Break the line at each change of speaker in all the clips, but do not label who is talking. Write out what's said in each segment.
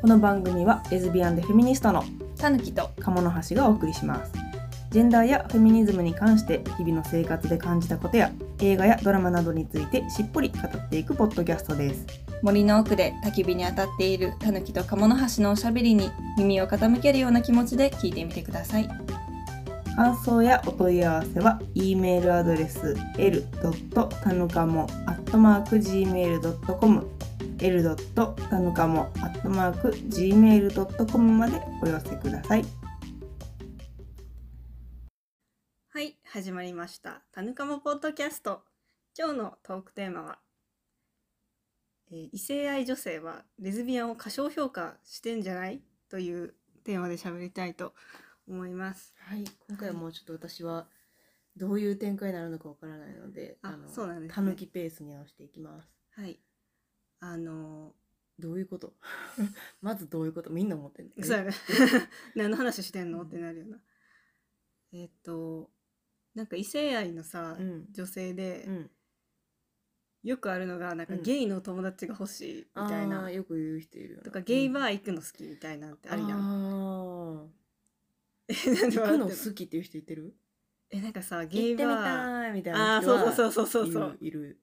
この番組はレズビアンでフェミニストの
たぬきと
鴨の橋がお送りしますジェンダーやフェミニズムに関して日々の生活で感じたことや映画やドラマなどについてしっぽり語っていくポッドキャストです
森の奥で焚き火に当たっているたぬきと鴨の橋のおしゃべりに耳を傾けるような気持ちで聞いてみてください
感想やお問い合わせは e メールアドレス l. たぬかも @gmail.com l. たぬかも @gmail.com までお寄せください
はい始まりましたたぬかもポッドキャスト今日のトークテーマは、えー異性愛女性はレズビアンを過小評価してんじゃないというテーマで喋りたいと思います
はい、今回はもうちょっと私はどういう展開になるのかわからないので、
あ
の
そうなんですね
たぬきペースに合わせていきます。
はいあの
どういうこと まずどういうことみんな思ってん
ー
の
そうやね 何の話してんのってなるようなえーっとなんか異性愛のさ、
うん。
女性で、
うん。
よくあるのがなんか
うん
ゲイの友達が欲しいみたいな、
あーよく言う人いるよな。
とかゲイバ
ー
ー行くの好きみたい なんてあるや
ん。あ
ん。えな
ー
んで
行く
笑ってん
の
の
好きっていう人いてる
えなんかさゲ
行
イ
ってみ
バー
たいみたい
あ
な
あ
人は
そうそうそうそうそう
いる。いる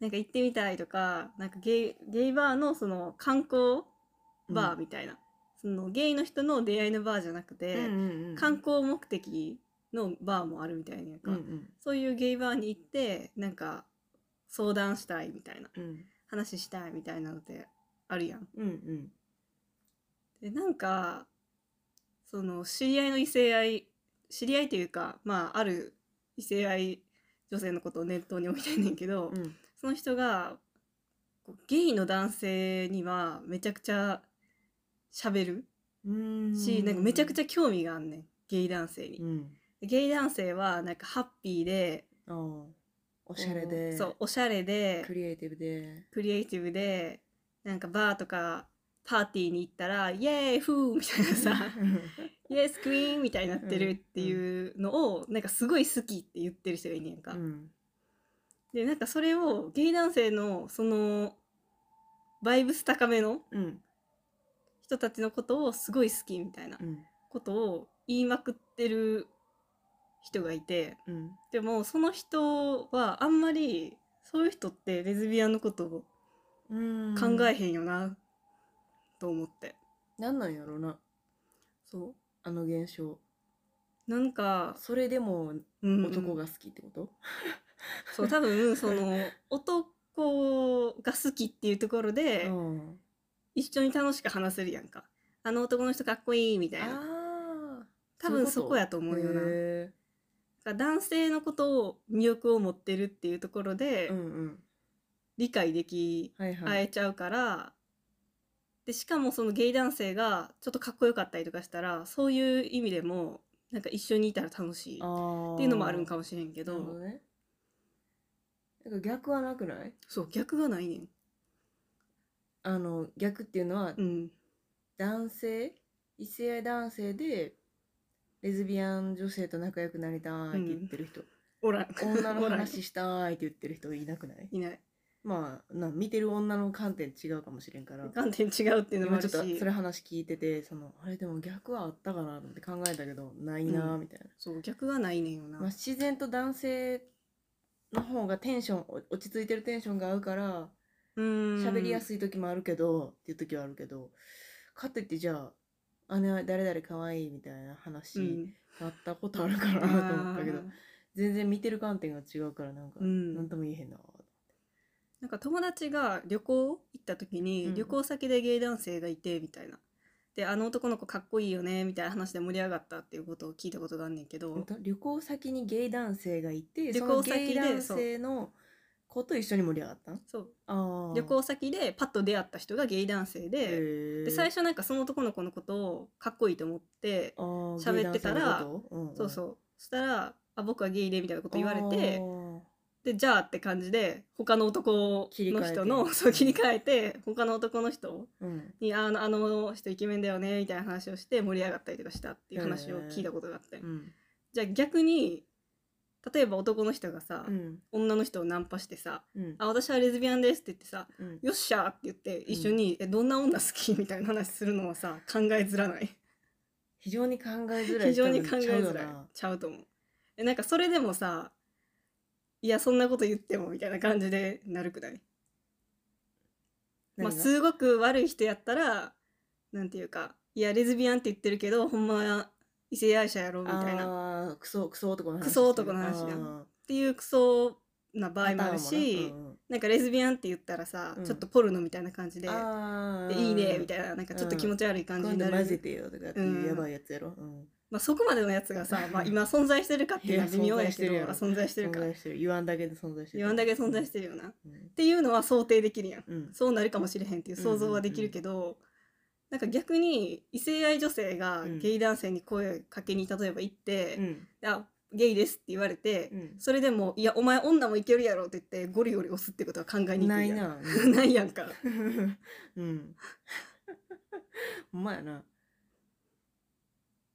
なんか行ってみたいとかなんかゲイゲイバーのその観光バーみたいな、そのゲイの人の出会いのバーじゃなくて、
うんうんうん
観光目的のバーもあるみたいなやんか、
うんうん
そういうゲイバーに行ってなんか相談したいみたいな
うん
話したいみたいなのってあるやん。
うんうん
でなんかその知り合いの異性愛知り合いというかまあある異性愛女性のことを念頭に置いてんねんけど、
うん
その人がこうゲイの男性にはめちゃくちゃ喋る
うーん。
し、なんかめちゃくち
ゃ。
ゃ興味があんねんゲイ男性に、
うん。
ゲイ男性はなんかハッピーで
あーおしゃれ
こ
で。
うそうおしゃれで
クリエイティブで。
クリエイティブでなんかバーとかパーティーに行ったら「イエーイフー!」みたいなさイエスクイーンみたいになってるっていうのを、なんかすごい好きって言ってる人がいんねやんか、
うん
でなんかそれをゲイ男性のそのバイブス高めの
うん
人たちのことをすごい好きみたいな
うん
ことを言いまくってる人がいて
うん
でもその人はあんまりそういう人ってレズビアンのことを考えへんよなと思って、
なんなんやろな
そ
あの現象
うなんか、
それでも
うんうん
男が好きってこと
そう多分その 男が好きっていうところで、
うん
一緒に楽しく話せるやんかあの男の人かっこいいみたいな
ああ
多分そこやと思うよなだから男性のことを魅力を持ってるっていうところで
うんうん
理解でき
はい
合
は
え
い
ちゃうから、でしかもそのゲイ男性がちょっとかっこよかったりとかしたらそういう意味でもなんか一緒にいたら楽
っ
しいっ
て
いうのもあるんか
も
もしれんけど
ねなんか逆はなくない
そう逆がないねん。
あの逆っていうのは
うん
男性異性愛男性でレズビアン女性と仲良くなりたいって言ってる人、
おらん
女の
おらん
話したいって言ってる人いなくない
いない
まあな見てる女の観点違うかもしれん から
観点違うっていうの
今
もあ
ちょ
る
っ
し
とそれ話聞いててそのあれでも逆はあったかなと思って考えたけどないな
う
あ
ん
みたいな、
そう逆がないねんよな、
まあ、自然と男性の方がテンションお落ち着いてるテンションが合うから
うん
喋りやすい時もあるけどっていう時はあるけどかといってじゃあ姉は誰々可愛いみたいな
う
話
ん
があったことあるかなと思ったけど、
あー
全然見てる観点が違うからなんか
うん
何とも言えへんな、
なんか友達が旅行行った時に、
うん
旅行先でゲイ男性がいてみたいなであの男の子かっこいいよねみたいな話で盛り上がったっていうことを聞いたことがあんねんけ
ほん
ど
と旅行先にゲイ男性がいて
旅
そ
行
の
先で
ゲイ男性の子と一緒に盛り上がったん
そう
ああ
旅行先でパッと出会った人がゲイ男性で,、
で
で最初なんかその男の子のことをかっこいいと思って喋ってたらそう
う
そうそしたらあ「僕はゲイで」みたいなこと
ん
言われ
あ
て
ー
でじゃあって感じで他の男
切り替
の
えて
人のそう切り替えて他の男の人
うん
にあのあの人イケメンだよねみたいな話をして盛り上がったりとかしたっていう話を聞いたことがあって、
うん
じゃあ逆に例えば男の人がさ、
うん
女の人をナンパしてさ
うん
「あ私はレズビアンです」って言ってさ
うん
「よっしゃ!」って言って一緒に「えどんな女好き?」 みたいな話するのはさ考え づらない
非常に考えづらい
非常に考え
多分ちゃ
づ
う
らい
よな
ちゃうと思うえなんかそれでもさいやそんなこと言ってもみたいな感じでなるくないまあ、
何が
すごく悪い人やったらなんていうかいやレズビアンって言ってるけどほんまは異性愛者やろみたいなっ
あークソクソ男の話
クソ男の話やん
あ
ていうクソな
ー
場合もあるし
パターンもなうんうん
なんかレズビアンって言ったらさ、
うん
ちょっとポルノみたいな感じで
あ
で
ー
いいねみたいななんかちょっと気持ち悪い感じにな
今度
る、
混ぜてよとかっていうやばいやつやろ、うん、
まあ、そこまでのやつがさ、まあ、今存在してるかっていうのは微妙やけど
いや
存在してる
存
か
在してる言わんだけで存在してる
言わんだけ存在してるよなっ
うん
ていうのは想定できるやん
うん
そうなるかもしれへんっていう想像はできるけど、なんか逆に異性愛女性が
うん
ゲイ男性に声かけに例えば行って「
うん
あゲイです」って言われて、
うん
それでも「いやお前女もいけるやろ」って言ってゴリゴリ押すってことは考えにくいやん
ないな
ないやんか
うんほんまやな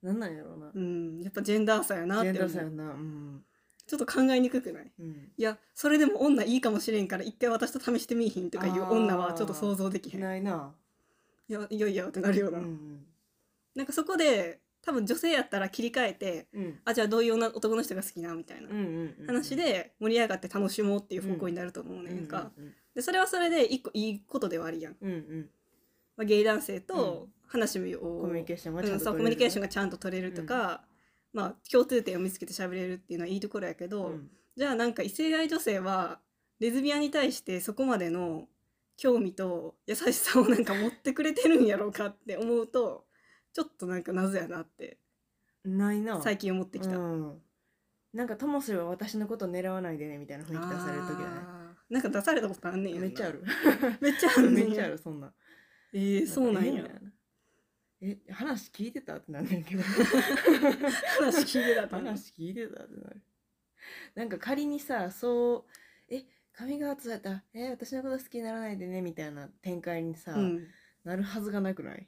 なんなんやろうな
うんやっぱジェンダー差やなっ
ジェン
て
ダー
思
差や
うん
なうん
ちょっと考えにくくない
うん
いやそれでも女いいかもしれんから一回私と試してみいひんとかいう女はちょっと想像できへん
ないな、
いやいやいやってなるよ
う
な、
ん
なんかそこで多分女性やったら切り替えて
うん、うん
あじゃあどういう女男の人が好きなみたいな
うんうんうん
話で盛り上がって楽しもうっていう方向になると思うね、んか
うん
でそれはそれで一個いいことではあるやん、
うんうん
まあ、ゲイ男性と話を、
コミュニケーションがち
う
ゃん
ん
と
そうコミュニケーションがちゃんと取れるとか、まあ共通点を見つけて喋れるっていうのはいいところやけど、
うん
じゃあなんか異性愛女性はレズビアンに対してそこまでの興味と優しさをなんか持ってくれてるんやろうかって思うとちょっとなんか謎やなって
ないな
最近思ってきた。
うん、なんかともすれば私のこと狙わないでねみたいな雰囲気出される時だね
あーなんか出されたことあんねんやんな
めっちゃある
めっちゃある
め
ねんや
っちゃあるそんな
えー、そうなんや
ええ話聞いてたってなんねん けど
話聞いてたと思う
話聞いてたってなるなんか仮にさそうえカミングアウトされたえ私のこと好きにならないでねみたいな展開にさ、
うん
なるはずがなくない、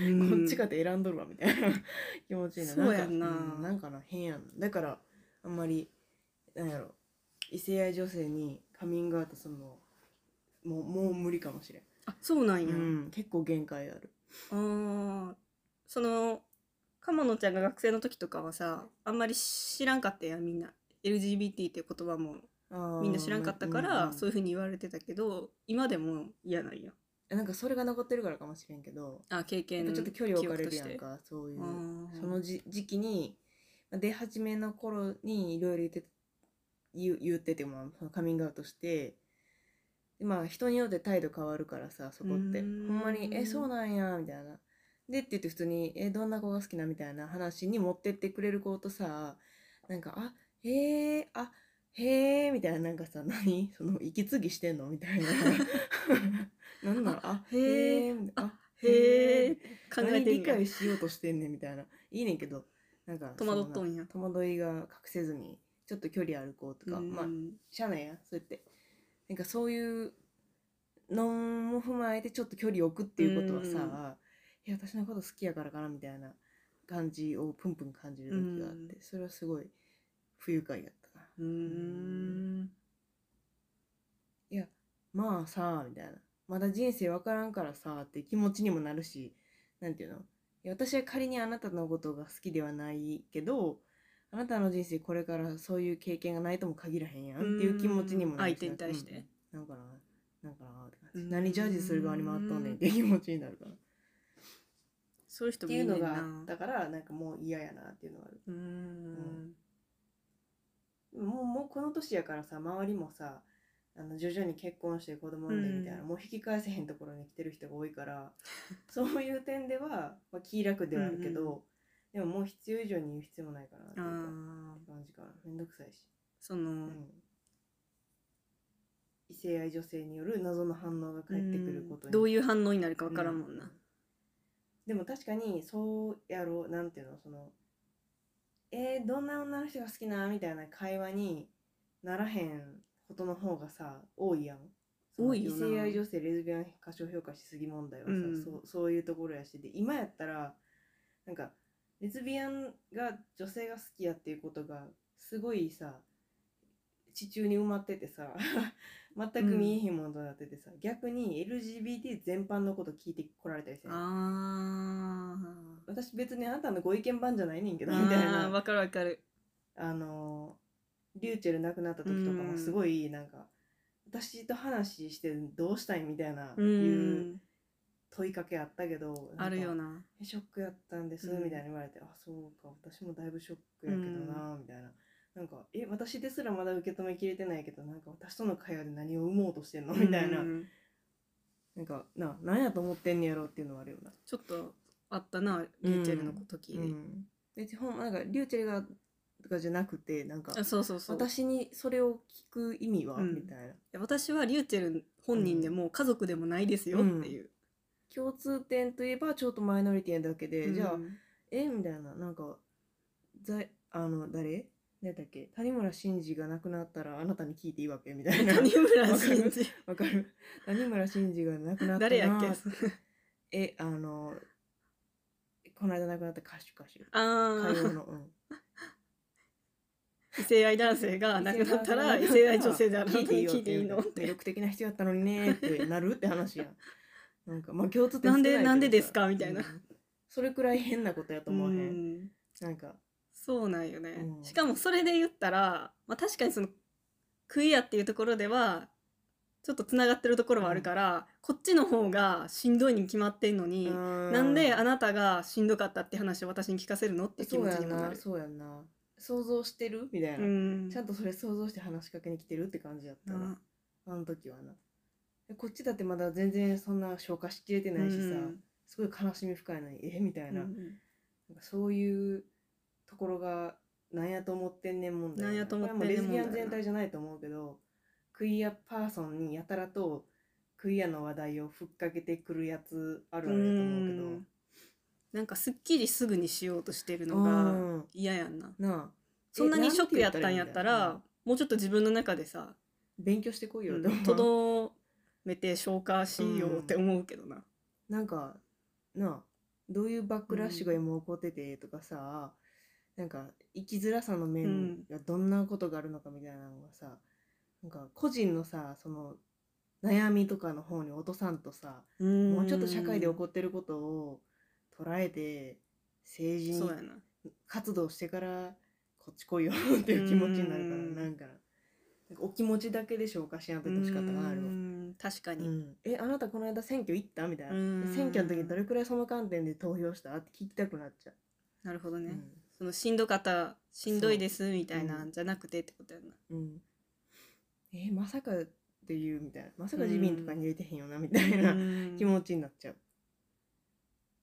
うん
こっちかって選んどるわみたいな 気持ちいいな
そうやん
ん
な
かうんなんかな変やんだからあんまりなんやろ異性愛女性にカミングアウトするのもうもう無理かもしれん、
あそうなんや、
うん、結構限界ある
あーその鎌野ちゃんが学生の時とかはさあんまり知らんかったやんみんな LGBT っていう言葉もみんな知らんかったから、
うんうん
そういうふうに言われてたけど今でも嫌なんや
なんかそれが残ってるからかもしれんけど
あ経
やっ
験
ぱちょっと距離置かれるやん
記憶
かそういう
として
そのじ時期にまあ出始めの頃にいろいろ言って言う言っててもそのカミングアウトしてでまあ人によって態度変わるからさそこって
う
ほ
ーん
んまに「えそうなんや」みたいな。でって言って普通に「えどんな子が好きな?」みたいな話に持ってってくれる子とさなんか「あへえあへえ」みたいななんかさ何その息継ぎしてんのみたいな なんだろう「あ
へー
へえ」みたいな「あ
へえ
へえ」
考えて
何
ん
理
や
解しようとしてんねんみたいないいねんけどなんか
戸惑っとんや
その戸惑いが隠せずにちょっと距離ある子とか、
うん
まあしゃあないやんそうやってなんかそういうのも踏まえてちょっと距離置くっていうことはさ、いや私のこと好きやからかなみたいな感じをプンプン感じる時があって、それはすごい不愉快やったな
うーん
まあさみたいなまだ人生わからんからさって気持ちにもなるしなんていうのいや私は仮にあなたのことが好きではないけどあなたの人生これからそういう経験がないとも限らへんやんっていう気持ちにもなるし
うん相手に対して
うんなんかななんかなって
う
感
ん
じ何ジャージする側に回っとんねんって気持ちになるからっ
そういう人
て
も
い
いうるね
の
ん
が
な
だからなんかもう嫌やなっていうのがある
うーん
もうもうこの年やからさ周りもさあの徐々に結婚して子供産んでみたいな、
うん
もう引き返せへんところに来てる人が多いからそういう点では、まあ、気楽ではあるけど、でももう必要以上に言う必要もないかなって
あ
いうか
ー
って感じかなめんどくさいし、
その、
うん異性愛女性による謎の反応が返ってくることに、
どういう反応になるかわからんもんな、
うでも確かにそうやろうなんていうのそのえー、どんな女の人が好きなみたいな会話にならへんことの方がさ多いやんその
多いよな
異性愛女性レズビアン過小評価しすぎ問題はさ、
うん
そうそういうところやしで今やったらなんかレズビアンが女性が好きやっていうことがすごいさ地中に埋まっててさ 全く見えへんものとなっててさ、逆に LGBT 全般のこと聞いてこられたりして
あ
私別にあなたのご意見番じゃないねんけ
ー
どみたい
あー
な
わかるわかる
あのリューチェル亡くなった時とか
うん
もすごいなんか、私と話してどうしたいみたいないううん問いかけあったけど、
あるよ
な
な
えショックやったんです、
うん
みたいに言われてあそうか私もだいぶショックやけどな、みたいななんかえ私ですらまだ受け止めきれてないけどなんか私との会話で何を生もうとしてんのみたいな、
うん
なんかな何やと思ってんねやろっていうのはあるよな、
ちょっとあったなリューチェルの時で、
うん、でほんなんかリューチェルがとかじゃなくてなんか
あそうそうそう私
私にそれを聞く意味は、
うん
みたいな
私はリューチェル本人でも家族でもないですよっていう、
共通点といえばちょっとマイノリティなだけで、じゃあ
うん
えみたいななんかざあの誰誰だっけ谷村新司が亡くなったらあなたに聞いていいわけみたいな
谷村新司
わかる谷村新司が亡くなったな
誰やっけ
えあのこの間亡くなった歌手歌手
あ
歌謡
ー
の、うん、
異性愛男性が亡くなった ら異性愛女性であるのに聞いていいのっ
って魅
て
力的な人やったのにねってなるって話やんなんかまあ共通点
な
少い
んで
けどさ
なんでですかみたいな
うんそれくらい変なことやと思わへん、
うん
なんか
そうなんよね、
うん
しかもそれで言ったら、まあ、確かにそのクイアっていうところではちょっとつながってるところはあるから、こっちの方がしんどいに決まってんのに、な
なん
であなたがしんどかったって話を私に聞かせるのって気
そ
持
う
ち
や
に
ん
もな
な
る。
そうやんな想像してるみたいな、
うん
ちゃんとそれ想像して話しかけに来てるって感じやったな、
な
あの時はなでこっちだってまだ全然そんな消化しきれてないしさ、
うん
すごい悲しみ深いのにえみたいな,、
う
なん
ん
かそういうところがなんやと思ってんねん問題
なんやと思ってんねん
これはもうレズビアン
問題な
全体じゃないと思うけどクイアパーソンにやたらとクイアの話題をふっかけてくるやつあるあるやと思うけど
うんなんかすっきりすぐにしようとしてるのが
うん
嫌やんな
なあ
そんなにショックやった
なんんて
や
言
っ
ったたらいいんだ
らもうちょっと自分の中でさ
勉強してこいよって思う
とどめて消化しようって思うけどな
なんかなあどういうバックラッシュが今起こっててとかさ、なんか生きづらさの面がどんなことがあるのかみたいなのがさ、なんか個人のさその悩みとかの方に落とさんとさ、も
も
うちょっと社会で起こってることを捉えて政治
そう
に
やな
活動してからこっち来いよっていう気持ちになるから、
うん
なんかなんかお気持ちだけで消化しなくてほしかったなあれは。
うん確かに、
うん、えあなたこの間選挙行ったみたいな
うん
選挙の時にどれくらいその観点で投票したって聞きたくなっちゃ
なるほど
う、
ね、そのしんどかったしんどいですみたいなんじゃなくてってことやな
うんうん、えまさかっていうみたいなまさか自民とかに入れてへんよなみたいな、
うん
気持ちになっちゃう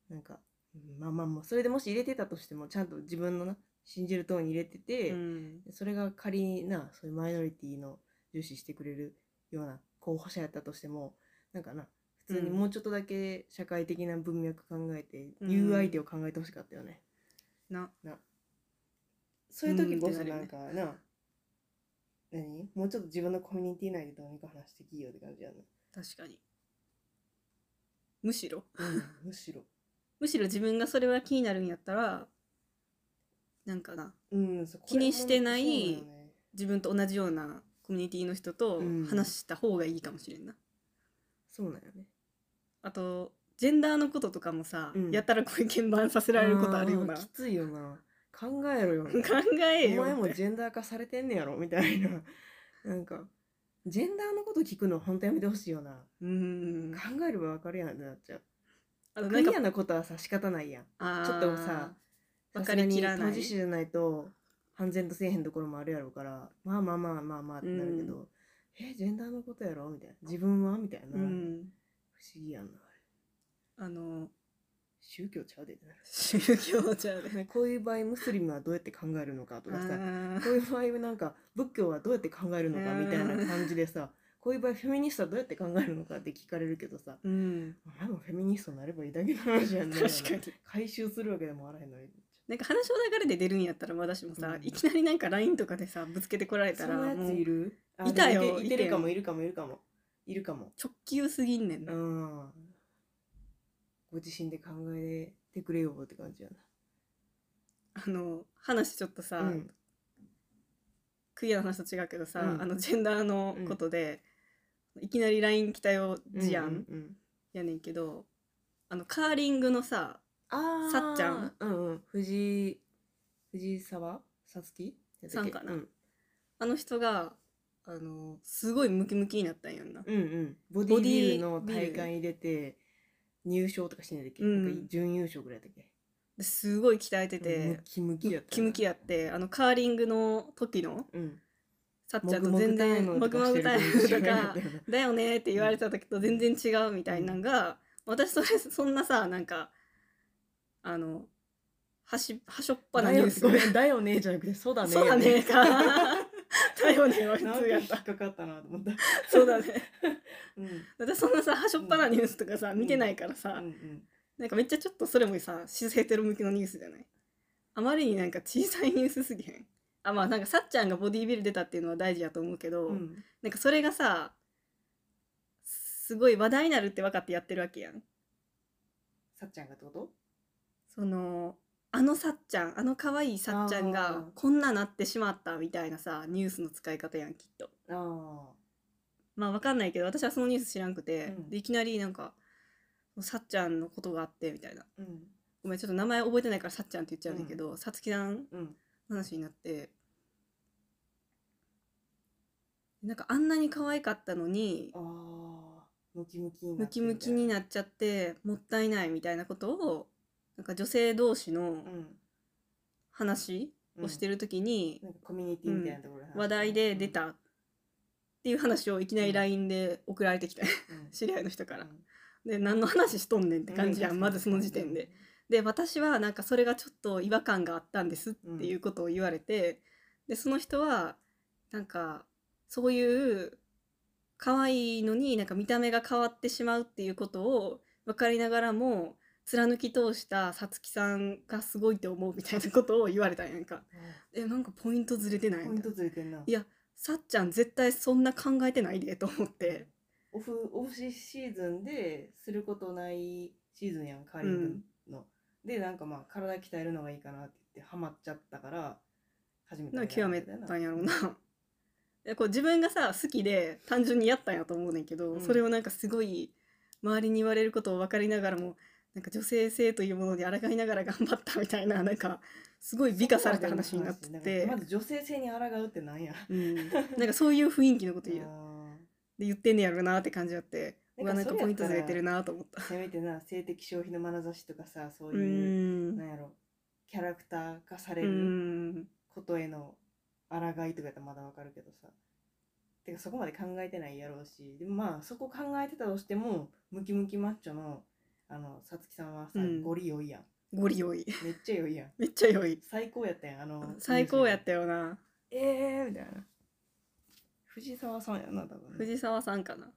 なんかうんまあまあまあそれでもし入れてたとしてもちゃんと自分のな信じる党に入れてて、
うん
それが仮になそういうマイノリティの重視してくれるような候補者やったとしてもなんかな普通に
うん
もうちょっとだけ社会的な文脈考えて、
うん
言う相手を考えてほしかったよね、
な
そういう時こ
うん
そ
ってな
なん
るよね
かな,、何もうちょっと自分のコミュニティ内でどうにか話してきいよって感じやな、
確かにむしろ
むしろ
むしろ自分がそれは気になるんやったらなんかな
うんそう
気にしてない
そうなのよね
自分と同じようなコミュニティの人と
うん
話した方がいいかもしれんな、
そうなんよね
あとジェンダーのこととかもさ、
うん
やったらこういう鍵盤させられることあるような
ーき
考
ついよな考えろよな
え
お
よ
前
っ
も
て
ジェンダー化されてんねやろみたいな なんかジェンダーのこと聞くのほんとやめてほしいよな
うん
考えればわかるやんってなっちゃう
あと
ク
なん
リ
か
アなことはさ仕方ないやん
あー
ちょっとさ
わかりきら
さすが
ない
に当事者じゃないと半然とせえへんところもあるやろうからまあまあまあまあまあってなるけど、えジェンダーのことやろみたいな自分はみたいな、
う
不思
ん
議やんな
あの
宗教ちゃうでってなる
宗教じゃ ね
こういう場合ムスリムはどうやって考えるのかとかさ
あ
こういう場合なんか仏教はどうやって考えるのかみたいな感じでさこういう場合フェミニストはどうやって考えるのかって聞かれるけどさ
ーうん
お前もフェミニストになればいいだけの話やんね
確かに
回収するわけでもあらへんのに
なんか話の流れで出るんやったら私もさ、
うん
いきなりなんか LINE とかでさぶつけてこられた
そ
ら
んなや
もう
ついるあ
いたよ
でもいて
い
い
た
て
よ
るかもいるかもいるかもいるかも
直球すぎんねん
う
な、
んご自身で考えてくれよって感じや
あの話ちょっとさ、
なうん
クイアの話と違うけどさ、
うん
あのジェンダーのことで、いきなり LINE 来たよ事
うん
案
うんうん
やねんけどあのカーリングのさ
あー
さっちゃん
うんうん藤井藤井沢さつきやったっけ
さんかな
うん
あの人があのすごいムキムキになったんやんな。
うんうんボディービルの
ボディービ
大
ル
会に出て入賞とかしてない時、
うん
なんか準優勝ぐらいだっけ
ですごい鍛えて
ム
て、
キムキや
ム
った
キムキ
や
やってあのカーリングの時の
うん
さっちゃんと全然
も
も
ぐ
ぐ
も
も
ぐ
ぐ
タ
タ
イ
イ
ム
ム
とか
と
してる
か
感じだよね
だよねって言われた時と全然違うみたいなのが、私それそんなさなんかあのはしはしょっぱなニュース
ごめんだよねじゃなくてそうだね
そうだねか だよねは普
なん
通
か
や
引っ
っ
たかかったなと思った
そうだね
うん
私そんなさはしょっぱなニュースとかさ、
うん
見てないからさ、
うんうん
なんかめっちゃちょっとそれもさシスヘテロ向きのニュースじゃないあまりになんか小さいニュースすぎへんあまあなんかさっちゃんがボディービル出たっていうのは大事やと思うけど、
うん
なんかそれがさすごい話題になるって分かってやってるわけやん
さっちゃんがってこと
そのあのさっちゃんあの可愛いさっちゃん
あ
が
ー
こんななってしまったみたいなさニュースの使い方やんきっと
あ
まあわかんないけど私はそのニュース知らんくて、
うん
でいきなりなんかさっちゃんのことがあってみたいな
あうん
ごめんちょっと名前覚えてないからさっちゃんって言っちゃうねんだけどさつきさん
うん
の話になってなんかあんなに可愛かったのに
ああムキムキにな
ム
って
キ
る
ム
みた
キ
い
になっちゃってもったいないみたいなことをなんか女性同士の
うん
話をしてる時に
なんかコミュニティみたいなところ、
話題で出たっていう話をいきな
う
り
ん
LINE で送られてきた
う ん
知り合いの人から
う。ん
で何の話しとんねんって感じや
う
ん、まずその時点で。で私はなんかそれがちょっと違和感があったんですっていうことを言われて、でその人はなんかそういう可愛いのになんか見た目が変わってしまうっていうことを分かりながらも貫き通したさつきさんがすごいと思うみたいなことを言われたんやんか。えなんかポイントずれてない
ポイ
み
ント
たいな
ずれてんない
やさっちゃん絶対そんな考えてないでと思って。
オフオフシーズンですることないシーズンやんカーリングの、でなんかまあ体鍛えるのがいいかなって言ってハマっちゃったから始めた
なん
ん
か極
や
め
ろ
たんやろうな。 いやこう自分がさ好きで単純にやったんやと思うねんけど、
うん
それをなんかすごい周りに言われることを分かりながらもなんか女性性というものに抗いながら頑張ったみたいななん かすごい美化された話になってて
なんかまず女性性に抗うってなんや
うん、なんかそういう雰囲気のこと言う
あ
で言ってんねやろなって感じあって
なん
う
か
わな
それや
んか
ったら
ポイントずれてるなと思った
ー。せめてな性的消費の眼差しとかさそうい
う
う、
ん
なんやろキャラクター化さ
う
れる
ん
ことへの抗いとかやったらまだわかるけどさてかそこまで考えてないやろうしでもまあそこ考えてたとしてもムキムキマッチョのあのさつきさんはさ、
うん
ゴリ良いやん
ゴリ良い
めっちゃ良いやん
めっちゃ良い
最高やったやんあの
最高やったよな
ええー、みたいな藤沢さんやな多分、ね、
藤沢さんかな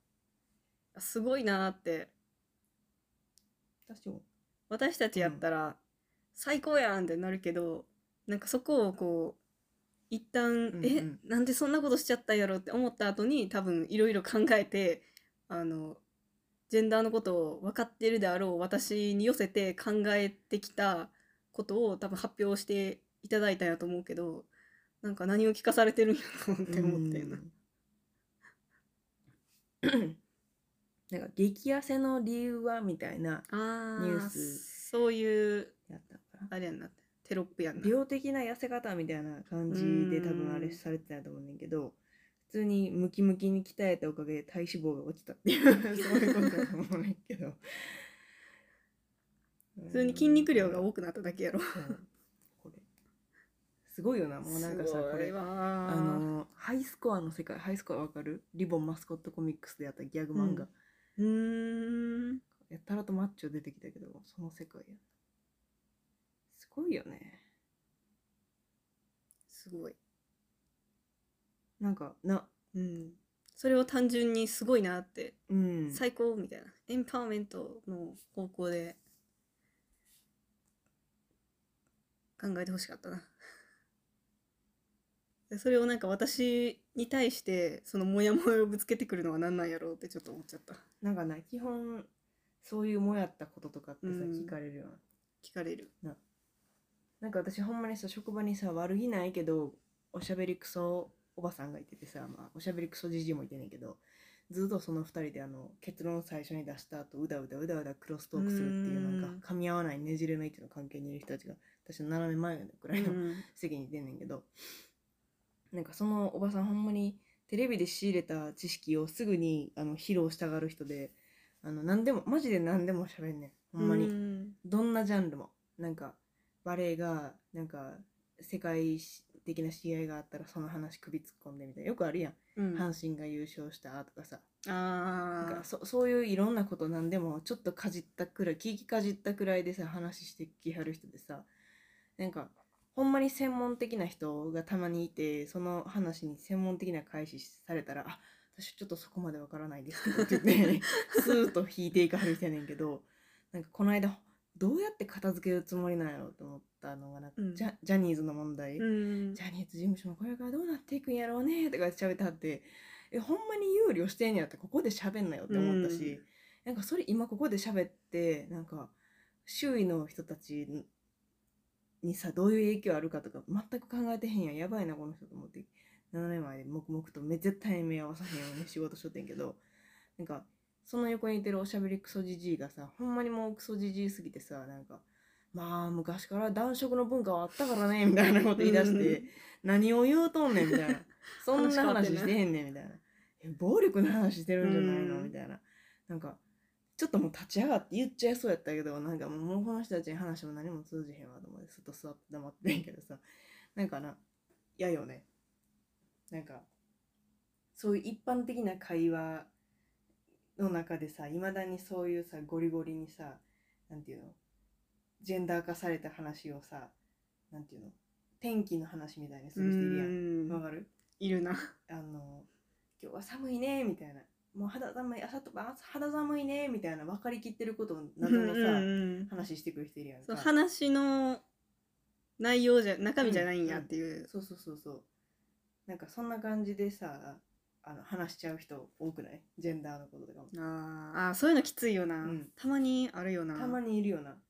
すごいなって
私も
私たちやったら最高やんってなるけど、なんかそこをこう一旦、
んうん
えなんでそんなことしちゃったんやろって思った後に多分いろいろ考えてあのジェンダーのことを分かってるであろう私に寄せて考えてきたことを多分発表していただいたんやと思うけどなんか何を聞かされてるんやろうって思ってんな。
うんなんか激痩せの理由はみたいな
あ
ニュー
ー
ス
そういう
やったから
あれやんなテロップやんな。
病的な痩せ方みたいな感じで多分あれされてたと思うねんだけど普通にムキムキに鍛えたおかげで体脂肪が落ちたっていう そういうことだと思うねんけど
普通に筋肉量が
多
多くなっただけやろ。
これすごいよなもうなんかさこれ
は
あのハイスコアの世界ハイスコアわかるリボンマスコットコミックスでやったギャグ漫画、
ううーん
やたらとマッチョ出てきたけどその世界やなすごいよね
すごい、
なんかな
うん、それを単純にすごいなって、
うん
最高みたいなエンパワーメントの方向で考えてほしかったなでそれをなんか私に対してそのモヤモヤをぶつけてくるのは何なんやろうってちょっと思っちゃった
なんかな基本そういうもやったこととかってさ、
うん
聞かれるよな
聞かれ る
なんか私ほんまにさ職場にさ悪気ないけどおしゃべりクソおばさんがいててさ、まあ、おしゃべりクソじじいもいてんねんけどずっとその2人であの結論最初に出した後うだうだうだうだクロストークするっていううんなんか噛み合わないねじれないっていうの関係にいる人たちが私の斜め前ぐらいの席に出んねんけどなんかそのおばさんほんまにテレビで仕入れた知識をすぐにあの披露したがる人であの何でもマジで何でも喋んねんほんまに。
に
どんなジャンルもなんかバレエがなんか世界的な試合があったらその話首突っ込んでみたいなよくあるやん、阪神が優勝したとかさなん
あ
かそそういういろんなことなんでもちょっとかじったくらい聞きかじったくらいでさ話してきはる人でさなんかほんまに専門的な人がたまにいてその話に専門的な開始されたら「あ私ちょっとそこまでわからないですけど」って言って、 ね、スーッと引いていかはる人やねんけどなんかこの間どうやって片付けるつもりなんやろうと思ったのがなんか、
うん
ジャジャニーズの問題。
うん
ジャニーズ事務所もこれからどうなっていくんやろうねとか喋ってはってえほんまに有料してんねやったらここで喋んなよって思ったし、なんかそれ今ここで喋ってなんか周囲の人たちにさどういう影響あるかとか全く考えてへんやんやばいなこの人と思って7年前で黙々とめ絶対目合わさへんよ うに仕事しとってんけどなんかその横にいてるおしゃべりクソじじいがさほんまにもうクソじじいすぎてさなんかまあ昔から男色の文化はあったからねみたいなこと言い出して何を言うとんねんみたい なそんな話してへんねんみたいなえ暴力の話してるんじゃないの
うん
みたいななんかちょっともう立ち上がって言っちゃいそうやったけどなんかもうもうこの人たちに話も何も通じへんわと思ってずっと座って黙ってんけどさなんかな嫌よねなんかそういう一般的な会話の中でさいまだにそういうさゴリゴリにさなんていうのジェンダー化された話をさなんていうの天気の話みたいにする人いるやんわかる
いるな
あの今日は寒いねみたいなもう肌寒い朝と晩朝肌寒いねみたいな分かりきってることを謎のさ、話してくる人いるやん
そう
か
話の内容じゃ中身じゃないんやっていう
そうそうそうそうなんかそんな感じでさあの話しちゃう人多くないジェンダーのこととかも
あーあーそういうのきついよな、
うん
たまにあるよな
たまにいるよな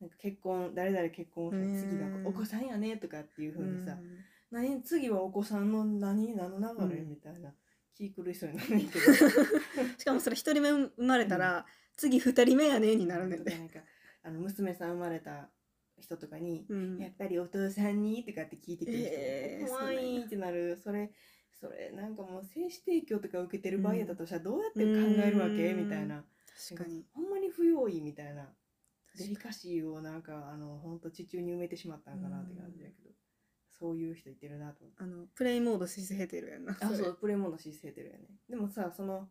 なんか結婚誰々結婚したら次が
うん
お子さんやねとかっていうふうにさ、
うん
何次はお子さんの何何の流れ、
うん
みたいな気狂いそうになるんやけ ど
しかもそれ一人目生まれたら、次二人目やねになるねんで、
なんかあの娘さん生まれた人とかに「
うん
やっぱりお父さんに?」とかって聞いてくる人、
えー
怖
そうなん
い
や
ってなるそれそれなんかもう精子提供とか受けてる場合やったとしたらどうやって考えるわけ、
うん
みたいな
確かに
ほんまに不用意みたいなデリカシーをなんかあの本当地中に埋めてしまったんかなって感じだけど、そういう人いてるなと思って。
あのプレイモードしすぎてるやんな
あ
れ
そうプレモの姿勢てるよねでもさその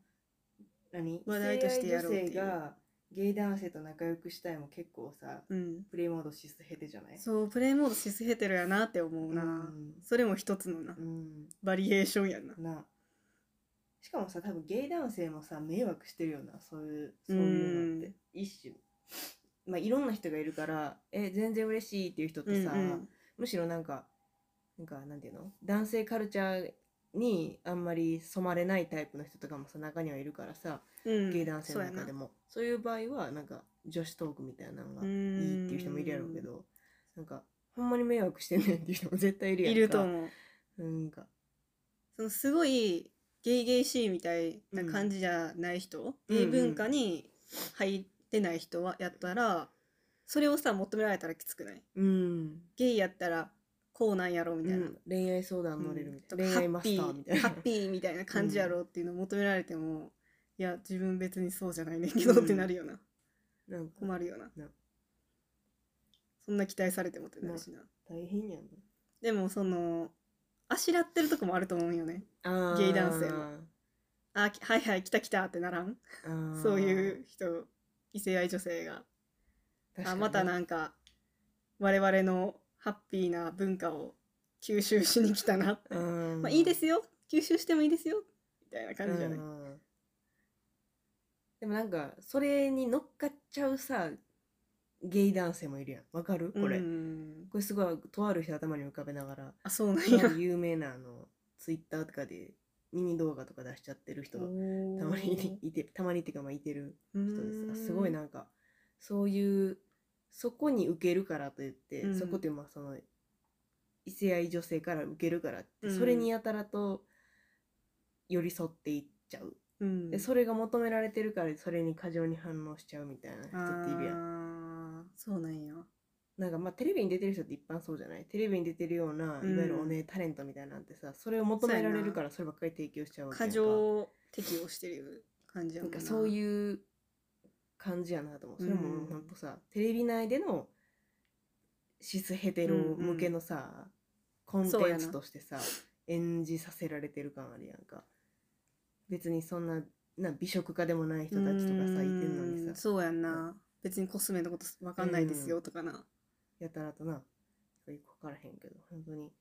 何
話題としてやろうっていう
異性愛女性がゲイ男性と仲良くしたいも結構さ
うん
プレイモードシスヘテじゃない
そうプレイモードしすぎてるやなって思うな、
うん
それも一つのな
うん
バリエーションやな
なしかもさ多分ゲイ男性もさ迷惑してるよなそういうそううんいうのって一種まあいろんな人がいるからえ全然嬉しいっていう人とさ、
うん
むしろなんかなんかなんていうの男性カルチャーにあんまり染まれないタイプの人とかもさ中にはいるからさ、
うんうん
ゲイ男性の
そうや
中
な
でもそういう場合はなんか女子トークみたいなのが
う
い
ん
いっていう人もいるやろうけどなんかほんまに迷惑してんねんっていう人も絶対いるやん
い
か
ると思う
なんか
そのすごいゲイゲイしいみたいな感じじゃない人、
うん
ゲイ文化に入ってない人はやったらそれをさ求められたらきつくない
うん、
ゲイやったらこうなんやろみたいな、
恋愛相談乗れるみたいな、恋愛マスターみたい
ハ
な
ッピーハッピーみたいな感じやろっていうのを求められても、いや自分別にそうじゃないねんけど
うん
ってなるよな、
なんか
困るよな、
な
そんな期待されてもってなるしな、
大変やん
でもそのあしらってるとこもあると思うんよね
あー
ゲイ男性はあきはいはい来た来たってならん
あー
そういう人異性愛女性が
確か
あ
に
またなんか我々のハッピーな文化を吸収しに来たなって、
うん
まあ、いいですよ吸収してもいいですよみたいな感じじゃない、
うんでもなんかそれに乗っかっちゃうさゲイ男性もいるやんわかるこれ、
うん
これすごいとある人頭に浮かべながら
あそ うなん
とあ
や
る有名なあのツイッターとかでミニ動画とか出しちゃってる人がたまにいていてたまにっていうかまあいてる人ですあすごいなんかそういうそこに受けるからといって、
うん
そこってまあその異性愛女性から受けるからって、
うん
それにやたらと寄り添っていっちゃう、
うん
でそれが求められてるからそれに過剰に反応しちゃうみたいな
あ
人っているやん
ーそうなんや。
なんかまあテレビに出てる人って一般そうじゃないテレビに出てるような
う
い
ん
わゆるお姉タレントみたいなんてさそれを求められるからそればっかり提供しちゃうわけや
過
んか
剰適応してる感じや
なん
も
か
ん
そう
う。
いう感じやなと思うそれ
う
も
ん
ほんとさテレビ内でのシスヘテロ向けのさ、
そう
コンテン
やな
ツとしてさ演じさせられてる感あるやんか別にそんなな美食家でもない人たちとかさいてんのに
う
さ
んそうやんな。別にコスメのことわかんないですよとかな。
やたらとなよく分からへんけど本当に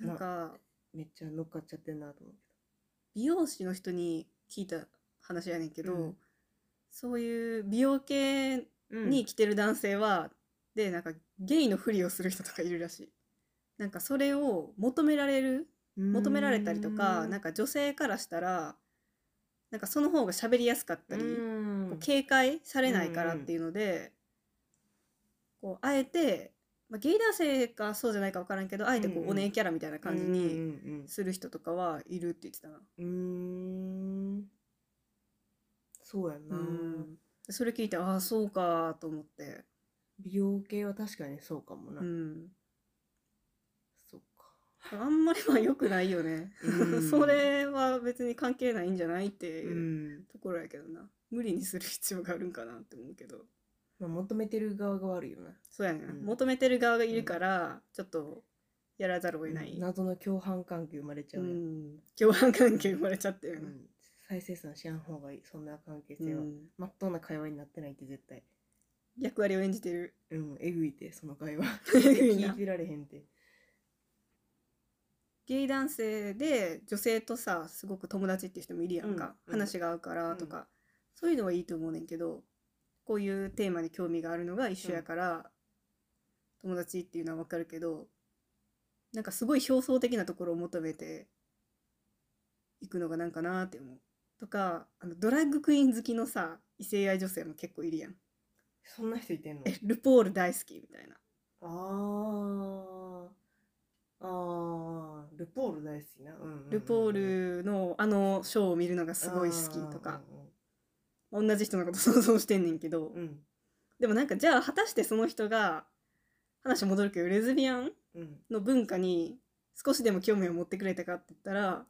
うん
なんか
めっちゃ乗っかっちゃってんなと思う
美容師の人に聞いた話やねん
け
けど、
ど、
そういう美容系
うん
に来てる男性は、でなんかゲイのふりをする人とかいるらしい。なんかそれを求められる求められたりとかなん
か
か女性からしたらなんかその方が喋りやすかったり。こう警戒されないからっていうので、こうあえて、まあ、ゲイ男性かそうじゃないか分からんけどあえて
うん
こ
う
うんお姉キャラみたいな感じ
うんう
に
んうん
する人とかはいるって言ってたな、
うーんそうやんな、
うんそれ聞いてああそうかと思って、
美容系は確かにそうかもな、
うん、
そっ か
あんまりは良くないよね、
うん
それは別に関係ないんじゃないって
う、
いううんところやけどな無理にする必要があるんかなって思うけど
まあ、求めてる側が悪いよな
そうやね、
うん
求めてる側がいるからちょっとやらざるを得ない、
謎の共犯関係生まれちゃうやん、
うん、共犯関係生まれちゃってるよ
う
ね、
ん再生産しやん方がいいそんな関係
う
性は
ん
ま、っとうな会話になってないって絶対
役割を演じてる
うんえぐいてその会話
えぐいな
聞いてられへんて
ゲイ男性で女性とさすごく友達っていう人もいるやんか、
うん
話が合うからとか、そういうのはいいと思うねんけどこういうテーマに興味があるのが一緒やから、友達っていうのはわかるけどなんかすごい表層的なところを求めていくのがなんかなって思う。とかあのドラッグクイーン好きのさ異性愛女性も結構いるやん。
そんな人いてんの
えルポール大好きみたいな。
あーあールポール大好きな、うんうんうん
ルポールのあのショーを見るのがすごい好きとか、同じ人のこと想像してんねんけど、
うんうん
でもなんかじゃあ果たしてその人が話戻るけどレズビアン
うんうん
の文化に少しでも興味を持ってくれたかって言ったら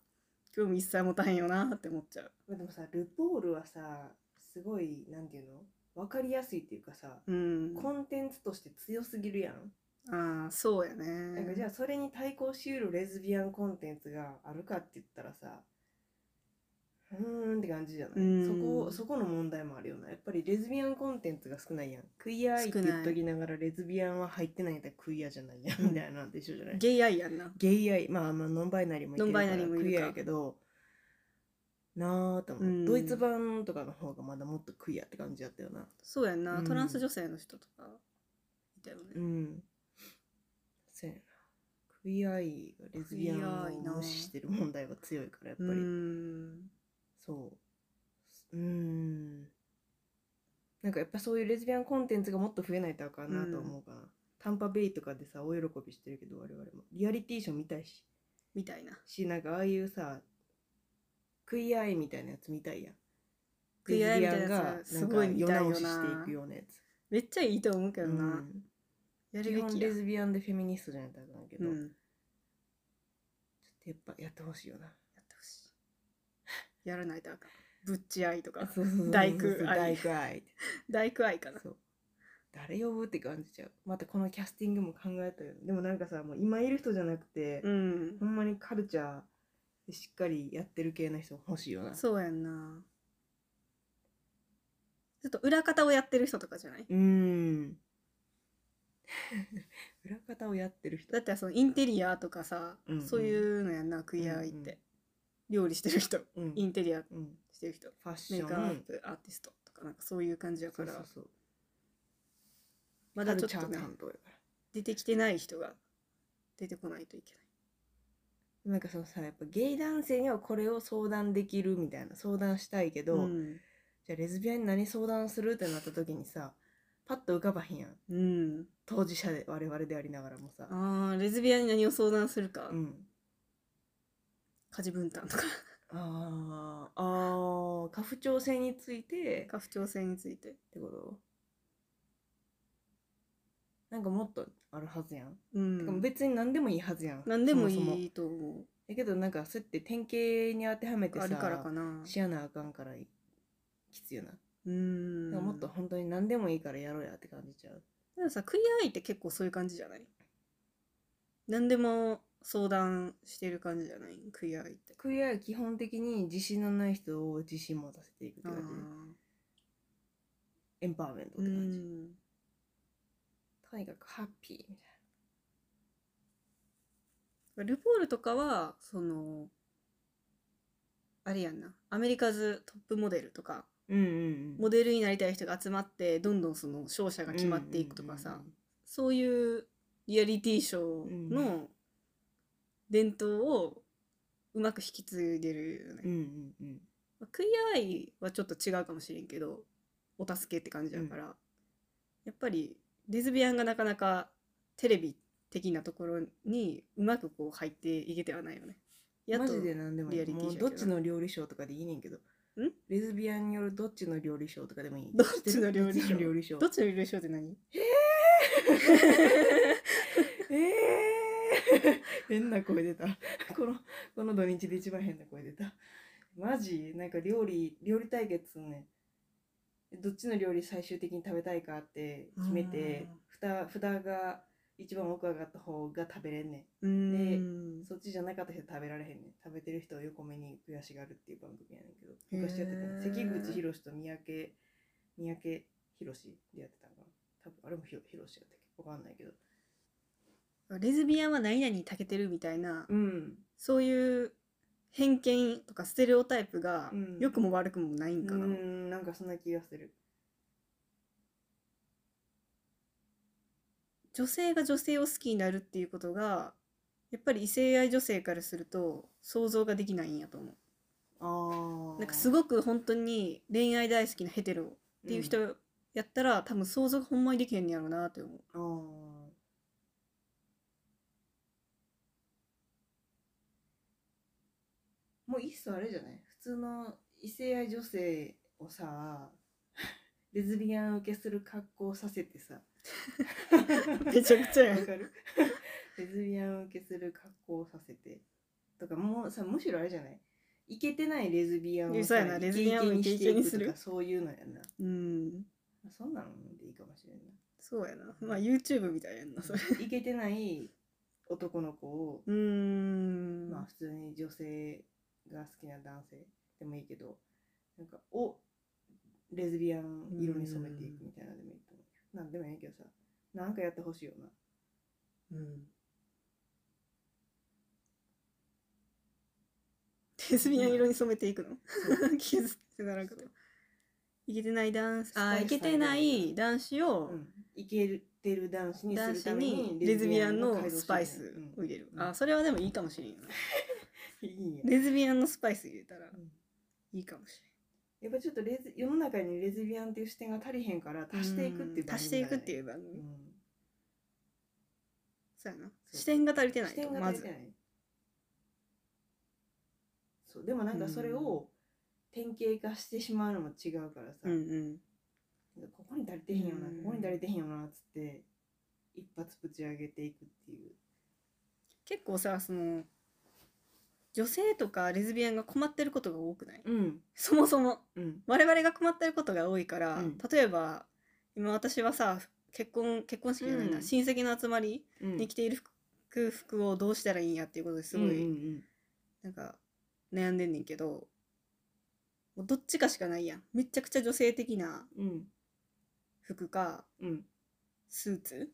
興味一切持たへんよなって思っちゃう。
まあ、でもさルポールはさすごいなんていうの分かりやすいっていうかさ、
うん、
コンテンツとして強すぎるやん,、
ああそうやね。
なんかじゃあそれに対抗しうるレズビアンコンテンツがあるかって言ったらさうーんって感じじゃない、
うん
そこそこの問題もあるよなやっぱりレズビアンコンテンツが少ないやんクイアアイって言っときながらレズビアンは入ってないんやったらクイアじゃないやんみたいなのと一緒じゃない
ゲイアイやんな。
ゲイ愛まあまあノンバイナリーもいてるから
ノンバイナリーもいる
ク
か
イアやけどなあと思う、
うん
ドイツ版とかの方がまだもっとクイアって感じだったよな
そうやんな、
うん
トランス女性の人とかいたよね。
うんそうやなクイア愛がレズビア
クイア愛
ン
な
を無視してる問題は強いからやっぱり、
うん
そううーんなんかやっぱそういうレズビアンコンテンツがもっと増えないとあかんなと思うかな、タンパベイとかでさ大喜びしてるけど我々もリアリティショー見たいし
みたいな。
しなんかああいうさ食い合いみたいなやつ見たいやん
食い合いみたいなやつ
レズビアンが
すごい
なん
見
か世
たいよな
直ししていくようなやつ
めっちゃいいと思うけどな。
うん
やる
基
べ
本
きや
レ。ズビアンでフェミニストじゃないとあかんけ
う
ど、ち
ん、
ょ
やっ
っとやっぱやってほしいよな
てほしい。やらないとあかん。ぶっち合いとか。
そうそうそうそう
大工愛
大工愛って
大工愛かな。
そう誰呼ぶって感じちゃうまたこのキャスティングも考えたよでもなんかさもう今いる人じゃなくて、
うん
ほ。んまにカルチャーでしっかりやってる系の人欲しいよな
そうやんな。ちょっと裏方をやってる人とかじゃない、
うー ん裏方をやってる人
だってそのインテリアとかさ、
うん
そういうのやんな、クイア愛って、料理してる人、
うん
インテリア
うん、
してる人、
ファッシ
メ
ョ
イ
ン
クアップアーティストとか、なんかそういう感じや
そ
か
う
ら、
そうそう
ま
カ
だち
ル
ょっ
チャ
と
ー
ね、
担当やから
出てきてない人が出てこないといけない。
なんかそのさやっぱゲイ男性にはこれを相談できるみたいな相談したいけど、
ん
じゃあレズビアンに何相談するってなった時にさパッと浮かばへんやん
うん。
当事者で我々でありながらもさ
ああ、レズビアンに何を相談するか、
うん
家事分 担とか、
あーあー家父長制について
家父長制について。
ってことなんかもっとあるはずやん、
う。
てかもうん別に何でもいいはずやん
何でも
そそ
いいと思う。
だけどなんかそうやって典型に当てはめて
あ
さ
るからかな。
しやなあかんからきついよな、
うん。
なんかもっと本当に何でもいいからやろうやって感じちゃう
でもさ、クイアアイって結構そういう感じじゃない何でも相談してる感じじゃないクイアアイって。
クイアは基本的に自信のない人を自信持たせていくって
ああ
感じエンパワーメントっ
う
て感じ
ん。
とにかくハッピーみたい
ルポールとかは、その、あれやんな、アメリカズトップモデルとか、
なうんうん
モデルになりたい人が集まって、どんどんその勝者が決まっていくとかさ、そういうリアリティショーの伝統をうまく引き継いでるよね。
うんうんうん
まあクイアアイはちょっと違うかもしれんけどお助けって感じだから、やっぱりレズビアンがなかなかテレビ的なところにうまくこう入っていけてはないよね。や
マ
っと
ジで何でもい
リア
い
リティ
もう
ショー
ど
やけど
っちの料理ショーとかでいいねんけどレズビアンによるどっちの料理ショーとかでもいい
どっちの料理シ
どっち
ョー
の料理ショー
どっちの優勝って何
ええ 変な声出た。 この、この土日で一番変な声出た。マジなんか料理、料理対決すんねん。どっちの料理最終的に食べたいかって決めて、札、札が一番奥上がった方が食べれんね
うーん
ん。そっちじゃなかった人食べられへんねん。食べてる人を横目に悔しがるっていう番組やねんけど、昔やってたね
へー
関口博と三宅、三宅博でやってたんかな。多分あれもひろ博やったっけわかんないけど。
レズビアンは何々に長けてるみたいな、
うん。
そういう偏見とかステレオタイプが
うん
良くも悪くもないんかな。
うーんなんかそんな気がする
女性が女性を好きになるっていうことがやっぱり異性愛女性からすると想像ができないんやと思う
あ
なんかすごく本当に恋愛大好きなヘテロっていう人やったら、多分想像がほんまにできへんねやろうなって思う
あーもういっそあれじゃない普通の異性愛女性を さレズビアン受けする格好をさせ てさ
めちゃくちゃやん
わか るレズビアン受けする格好をさせてとかもうさむしろあれじゃないイケてないレズビアンを
そう
さ
やなレズビアンをイケイケ
イケイケ
にする
にしていくとかそういうのやんな
うん
そんなのでいいかもしれんない
そうやなまあ YouTube みたいやんなそれ
いけてない男の子を、
うーん、
まあ普通に女性が好きな男性でもいいけどなんかをレズビアン色に染めていくみたいなのでもいいと思うなんでもいいけどさなんかやってほしいよな
うんレズビアン色に染めていくの
そう
気づくならんかったいけてない男子あ
スパイス
ーいけてない男子を
うんいけてる男子にす
男
る
子
ために
にレズビアンのスパ
改
イス
造しよう
を
ね
入れる
うん
あーそれはでもいいかもしれんよな
うんいいや、
レズビアンのスパイス入れたら
うん
いいかもし
やっぱちょっとレズ世の中にレズビアンっていう視点が足りへんから
れん
足していくっていう
うん足していくっていうう番組、
ん、
そうやな
そう
視点が足りてない
視点
と
が
ま
足り
ず
てない、そうでもなんかそれを典型化してしまうのも違うからさ、
うんうん
ここに足りてへんよな、
うん
ここに足りてへんよなっつって一発ぶち上げていくっていう
結構さその女性とかレズビアンが困ってることが多くない
うん
そもそも
うん
我々が困ってることが多いから、
うん
例えば今私はさ結婚結婚式じゃないな、
うん
親戚の集まり
うん
に着ている服服をどうしたらいいんやっていうことですご
うんう
い
ん
なんか悩んでんねんけど、もうどっちかしかないやんめちゃくちゃ女性的な
うん
服か
うん
スーツ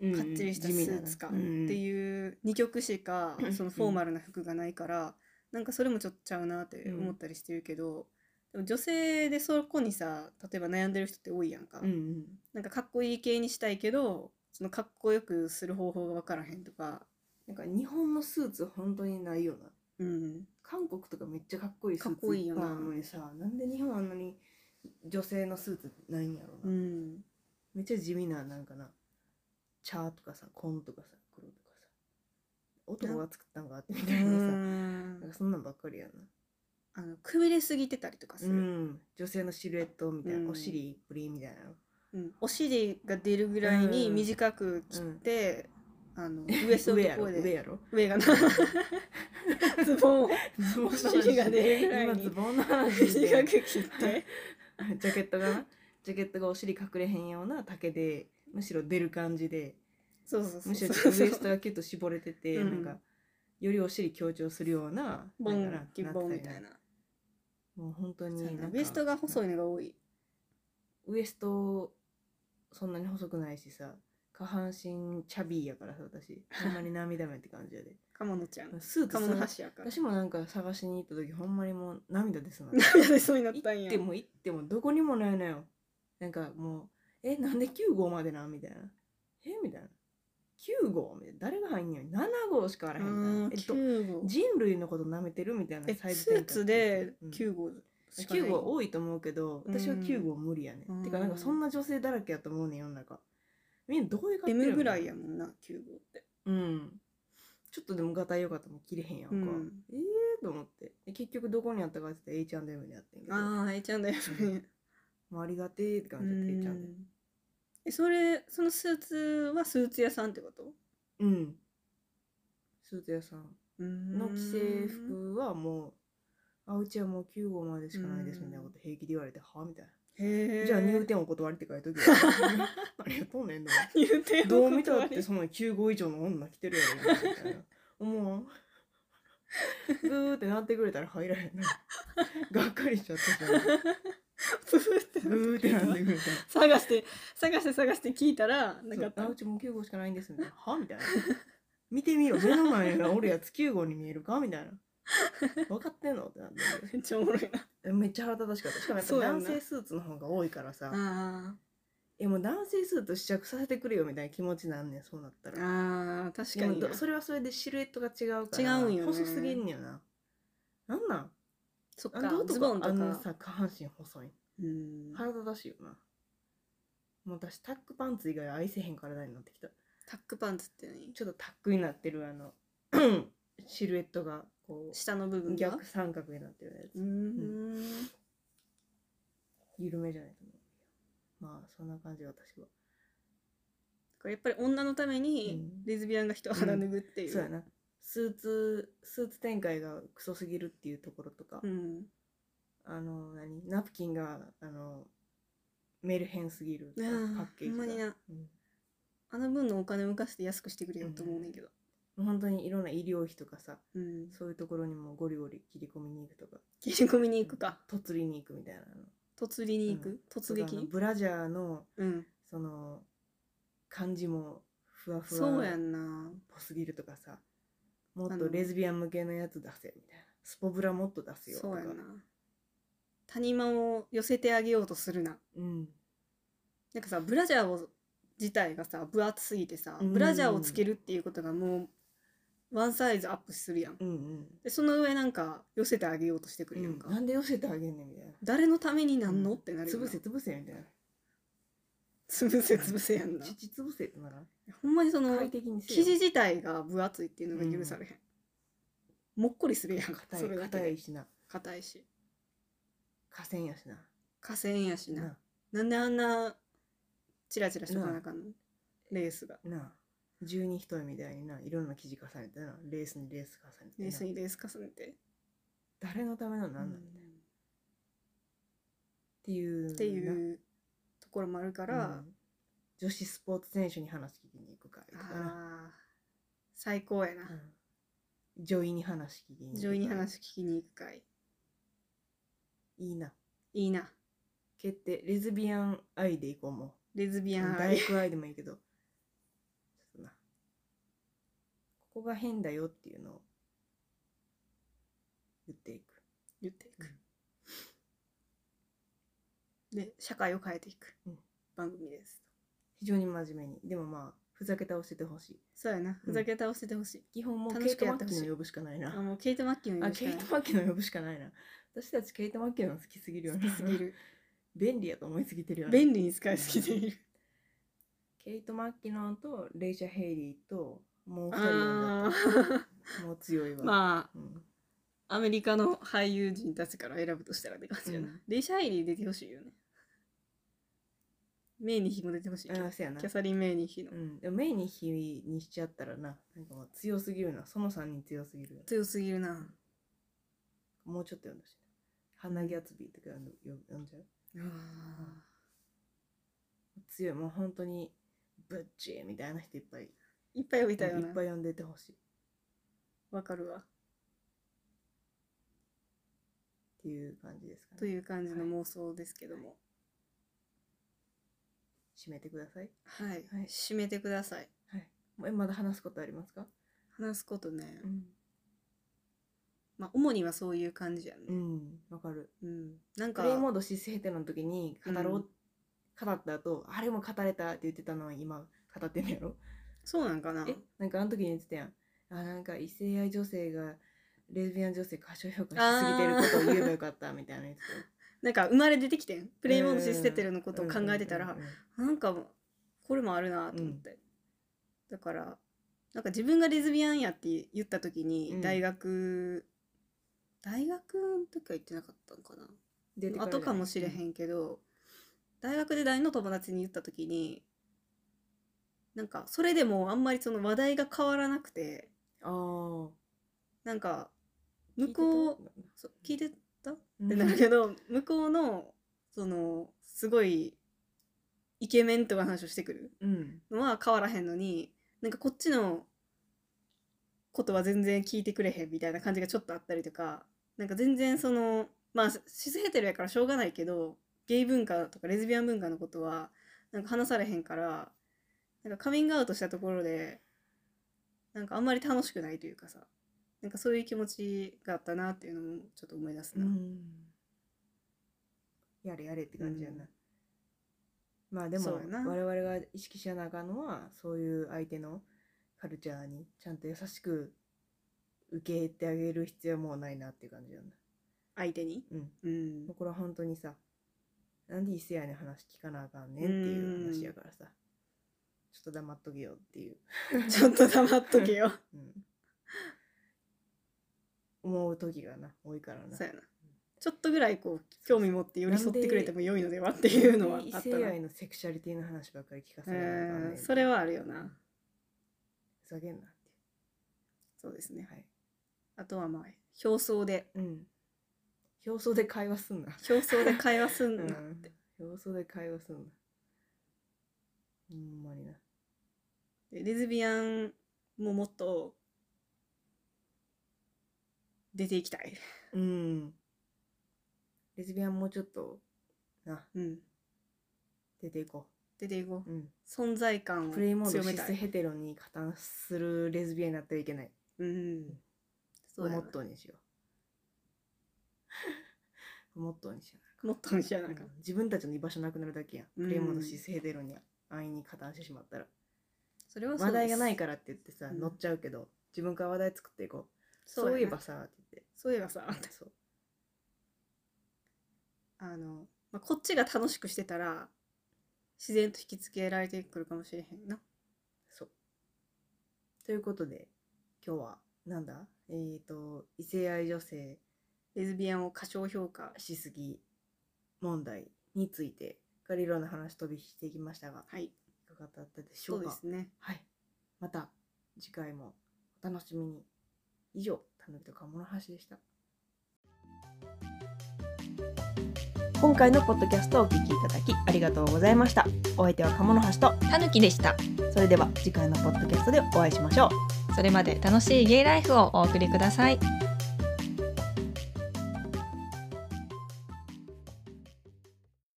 うん
かっちりしたスーツかって
う
いう2曲しか
うん
そのフォーマルな服がないからなんかそれもちょっとちゃうなって思ったりしてるけど、でも女性でそこにさ例えば悩んでる人って多いやんか、
んうん
なんかかっこいい系にしたいけどそのかっこよくする方法が分からへんとか、
なんか日本のスーツ本当にないよな
うん、
韓国とかめっちゃかっこいいスーツ
かっこいいよな
っぱあるのにさなんで日本あんなに女性のスーツないんやろう
う
な、
ん、
めっちゃ地味ななんかな「チャー」とかさ「コン」とかさ「黒」とかさ男が作ったんかってみたいなさなんかそんなんばっかりやな
あのくびれすぎてたりとかす
う
る、
ん女性のシルエットみたいな、
うん
お尻プリみたいなの
うんお尻が出るぐらいに短く切って、あのウエストの
上
と
や
こ
ろ
ろ
上
で
やろ
上がなズボンを
ズボンの話
お尻が出るぐらいに
今ズボンの話して
短
る
く切って
ジャケットがなジャケットがお尻隠れへんような丈でむしろ出る感じで
そうそうそう
むしろ
そう
ウエストがキュッと絞れてて、
うん
なんかよりお尻強調するような
ボ
なんか
ン
な
キュッボンみたい
ってたよ
な
ねもう本当
そうや
に
なウエストが細
い
いのが多い
ウエストそんなに細くないしさ下半身チャビーやからさ私ほんまに涙目って感じやで
かまのちゃん
スーツ
かまの
さ
橋やから
私もなんか探しに行った時ほんまにもう涙ですな
涙出そうになったん
行っ
や
ても行ってもどこにもないのよなんかもうえなんで9号までなみたいなえみたいな9号みたいな誰が入んねん7号しかあらへんみたいなえっと
9号
人類のこと舐めてるみたいな
え
サイズ
スーツで
9
9号しかない
9号多いと思うけど
うん
私は9号無理やね、
うん
ん、てかなんかそんな女性だらけやと思うねん世の中みんなどういう感
M ぐらいやもんな9号って
うんちょっとでもガタイよかったもん切れへんやんか、
うん
ええー、と思ってで結局どこにあったかって言ったら H&M でやってんけど
ああ H&M ね
もうありがてえって感じで H&M
えそれそのスーツはスーツ屋さんってこと
うん。スーツ屋さんの
の
既製服はもう、あ、うちはもう9号までしかないですみたいなこと平気で言われて、はみたい
へ
な。
え
じゃあ入店お断りって書いと けよ。ありがとうねんでも
入店
ど
を
う見た
断
っ
り
てその9号以上の女来てるやろな、みたいな。思わんグーってなってくれたら入ら へんな。がっかりしちゃったじゃん。
プフって
グーってなってくれたら。
探して探して探して聞いたらな
そ
か
う
った
あうちもう9号しかないんですみたいな「は?」みたいな「見てみろ目の前 がおるやつ9号に見えるか?」みたいな「分かってんの?」ってなって
めっちゃおもろいな
めっちゃ腹立たしかったしかもやっぱ
そうやんな
男性スーツの方が多いからさ
あ
「えもう男性スーツ試着させてくれよ」みたいな気持ちなんねんそうなったら
あー確かに
で
な
もどそれはそれでシルエットが違うから
違うんよね
細すぎんねんななんなん
そっ
な
か
んで
ズボ
男
ンと
あんな
か
さ下半身細いん
うん
腹立たしいよなもう私タックパンツ以外愛せへん体になってきた
タックパンツって何
ちょっとタックになってるあの シルエットがこ
下の部
う
分が
逆三角になってるや
う
つ、
ーん
緩めじゃないと思うまあそんな感じ私は
これやっぱり女のため
う
に
ん
レズビアンが人を肌脱ぐっていう、
そうやなスーツスーツ展開がクソすぎるっていうところとか、
うん
あの何ナプキンがあのメルヘンすぎる
あ
パ
ー
ッケージ
ほ
が
んまにな
うん
あの分のお金を浮かして安くしてくれよと思うねんけど。
もう本当にいろんな医療費とかさ
うん。
そういうところにもゴリゴリ切り込みに行くとか
切り込みに行くか。
突りに行くみたいなの
突りに行く。突
とかあの
撃。
ブラジャーの
うん。
その感じもふわふわ
そうやんな。
ぽすぎるとかさも
あ
っ
の
とレズビアン向けのやつ出せみたいなスポブラもっと出すよと
そう
か
やんな。谷間を寄せてあげようとするな。
うん
なんかさ、ブラジャーを自体がさ、分厚すぎてさ、
うん
ブラジャーをつけるっていうことがもう、ワンサイズアップするやん。
うんうん
で、その上なんか、寄せてあげようとしてく
う
るやん
ん
か。
なんで寄せてあげんねんみたいな
誰のためになんの、
うん
ってなるよな
潰せ潰せみたいな
潰せ潰せやんな。
父潰せってならん
ほんまにその、
快適にせ
生
よ
地自体が分厚いっていうのが許されへん、もっこりするやん
硬
そ
い
れだけ
硬
で
いしな
硬いし
河川やしな
河川やしな
な
なんであんなチラチラしとかなあかんのレースが
な十二人みたいにないろんな生地重ねてなレースにレース重ねてな
レースにレース重ねて
誰のためのなんだ
う
っ
ん
ていう
って
な
いうところもあるから、
うん女子スポーツ選手に話聞きに行く会とかな、
あー最高やな、
うん、女医に話聞きに行く会
上位に話聞きに行くかい
いいない
いな
決定レズビアン愛で行こうも
レズビ
う
アン
大
愛
工愛でもいいけどちょっとなここが変だよっていうのを言っていく
言っていく、で社会を変えていく
うん
番組です、
非常に真面目にでもまあふざけ倒しててほしい
そうやなふざけ倒しててほしい、
基本もう
楽
ケ
し
イ
く
ト・
や
マ
って
ッ
ほ
キ
しい
ーの呼ぶしかないな
あもうケイト・マッキーの
あ
言うし
ケイ
かない
ト・マッキーの呼ぶしかないな私たちケイト・マッキーの好きすぎるよな
好きすぎる
便利やと思いすぎてるよな
便利に使いすぎている
ケイト・マッキノンとレイシャ・ヘイリーともう二人なん
あ
だ
ー
もう強いわ、
ま
うん、
あアメリカの俳優陣たちから選ぶとしたらって感じやな、
うん
レイシャ・ハイリー出てほしいよねメイニヒも出てほしいけど
あそうやな
キャサリン・メイニヒの、
うん、でもメイに日にしちゃったらななんかもう強すぎるなその3人強すぎるよ
強すぎるな
もうちょっと読んでほしい花ギャツビーとか読んで読んじゃう強いもう本当にブッチーみたいな人いっぱい
いっぱい呼びたいよ
い
な
っぱい呼んでてほしいっ
わかるわ
ていう感じですか
と
ね
いう感じの妄想ですけども
締めてください
はい、
はい
締めてください
はいもうえまだ話すことありますか
話すことね、
ん
まあ主にはそういう感じやね、
うんわかる
うん、なん
プ
か
レイモードシスヘテの時に語ろう、
うん
語った後あれも語れたって言ってたのに今語ってんのやろ
そうなんかな
えなんかあの時に言ってたやんあなんか異性愛女性がレズビアン女性過小評価しすぎてることを言えばよかったみたいなやつ
なんか生まれ出てきてんプレイモードシステテルのことを考えてたら、
うんうんうんうん
なんかこれもあるなと思って、だからなんか自分がレズビアンやって言った時
う
に
ん
大学、大学の時は言ってなかったのかな
出てらじゃ
後
ない
かもしれへんけど、大学時代の友達に言った時になんかそれでもあんまりその話題が変わらなくて
あー
なんか向こうそう聞いてたっ
うん
てなるけど向こうのそのすごいイケメンとかの話をしてくる
うん
のは変わらへんのになんかこっちのことは全然聞いてくれへんみたいな感じがちょっとあったりとかなんか全然そのまあシスヘテルやからしょうがないけどゲイ文化とかレズビアン文化のことはなんか話されへんからなんかカミングアウトしたところでなんかあんまり楽しくないというかさなんかそういう気持ちがあったなっていうのもちょっと思い出す
う
な。
んやれやれって感じやな、
うん
まあで
そ
も
うやな
我々が意識しやなあかんのはそういう相手のカルチャーにちゃんと優しく受け入れてあげる必要はもうないなっていう感じやな
相手に、
うん
うん
もう、これは本当にさなんで異性愛の話聞かなあかんねんっていう話やからさちょっと黙っとけよっていう、
ちょっと黙っとけよ
うん、思う時がな多いからな
そうやなちょっとぐらいこう興味持って寄り添ってくれても良いのではっていうのは
異
あった
性
な
愛のセクシャリティの話ばっかり聞かされなあかんねんっ
うん
て
それはあるよな
ふざけんなって
そうです
いう
ね
はい
あとはまあ表層で
うん表層で会話すんな
表層で会話すん
う
な、
ん表層で会話すんなほんまにな
でレズビアンももっと出ていきたい、
うんレズビアンもうちょっとな
うん、
出ていこ
出ていこ
う、うん、
う存在感を
プレイモード
強め
シ
た
ス
い、
ヘテロに加担するレズビアンになってはいけない
うん、そう
を
や
モ
な
ットーにしよう モットーにしよ
もっとにしやな
う
あかん
自分たちの居場所なくなるだけやん
うん
プレイモードシスヘテロに安易に加担してしまったら
それはそう
話題がない
ら
からって言ってさ
うん
乗っちゃうけど自分から話題作っていこう
そう
そういえ
やな
ばさって言っ
そういえばさ
てそう
あの、まあ、こっちが楽しくしてたら自然と引きつけられてくるかもしれへんな
そう。ということで、今日は、なんだえっ、と、異性愛女性
レズビアンを過小評価
しすぎ問題について、ガリロの話飛びしていきましたが、
はい
いかがだったでしょ
そう
う
で
か
すね
はい。また、次回もお楽しみに。以上、たぬきとかものはしでした。
今回のポッドキャストをお聞きいただきありがとうございました。お相手は鴨の橋と、
たぬきでした
それでは次回のポッドキャストでお会いしましょう。
それまで楽しいゲイライフをお送りください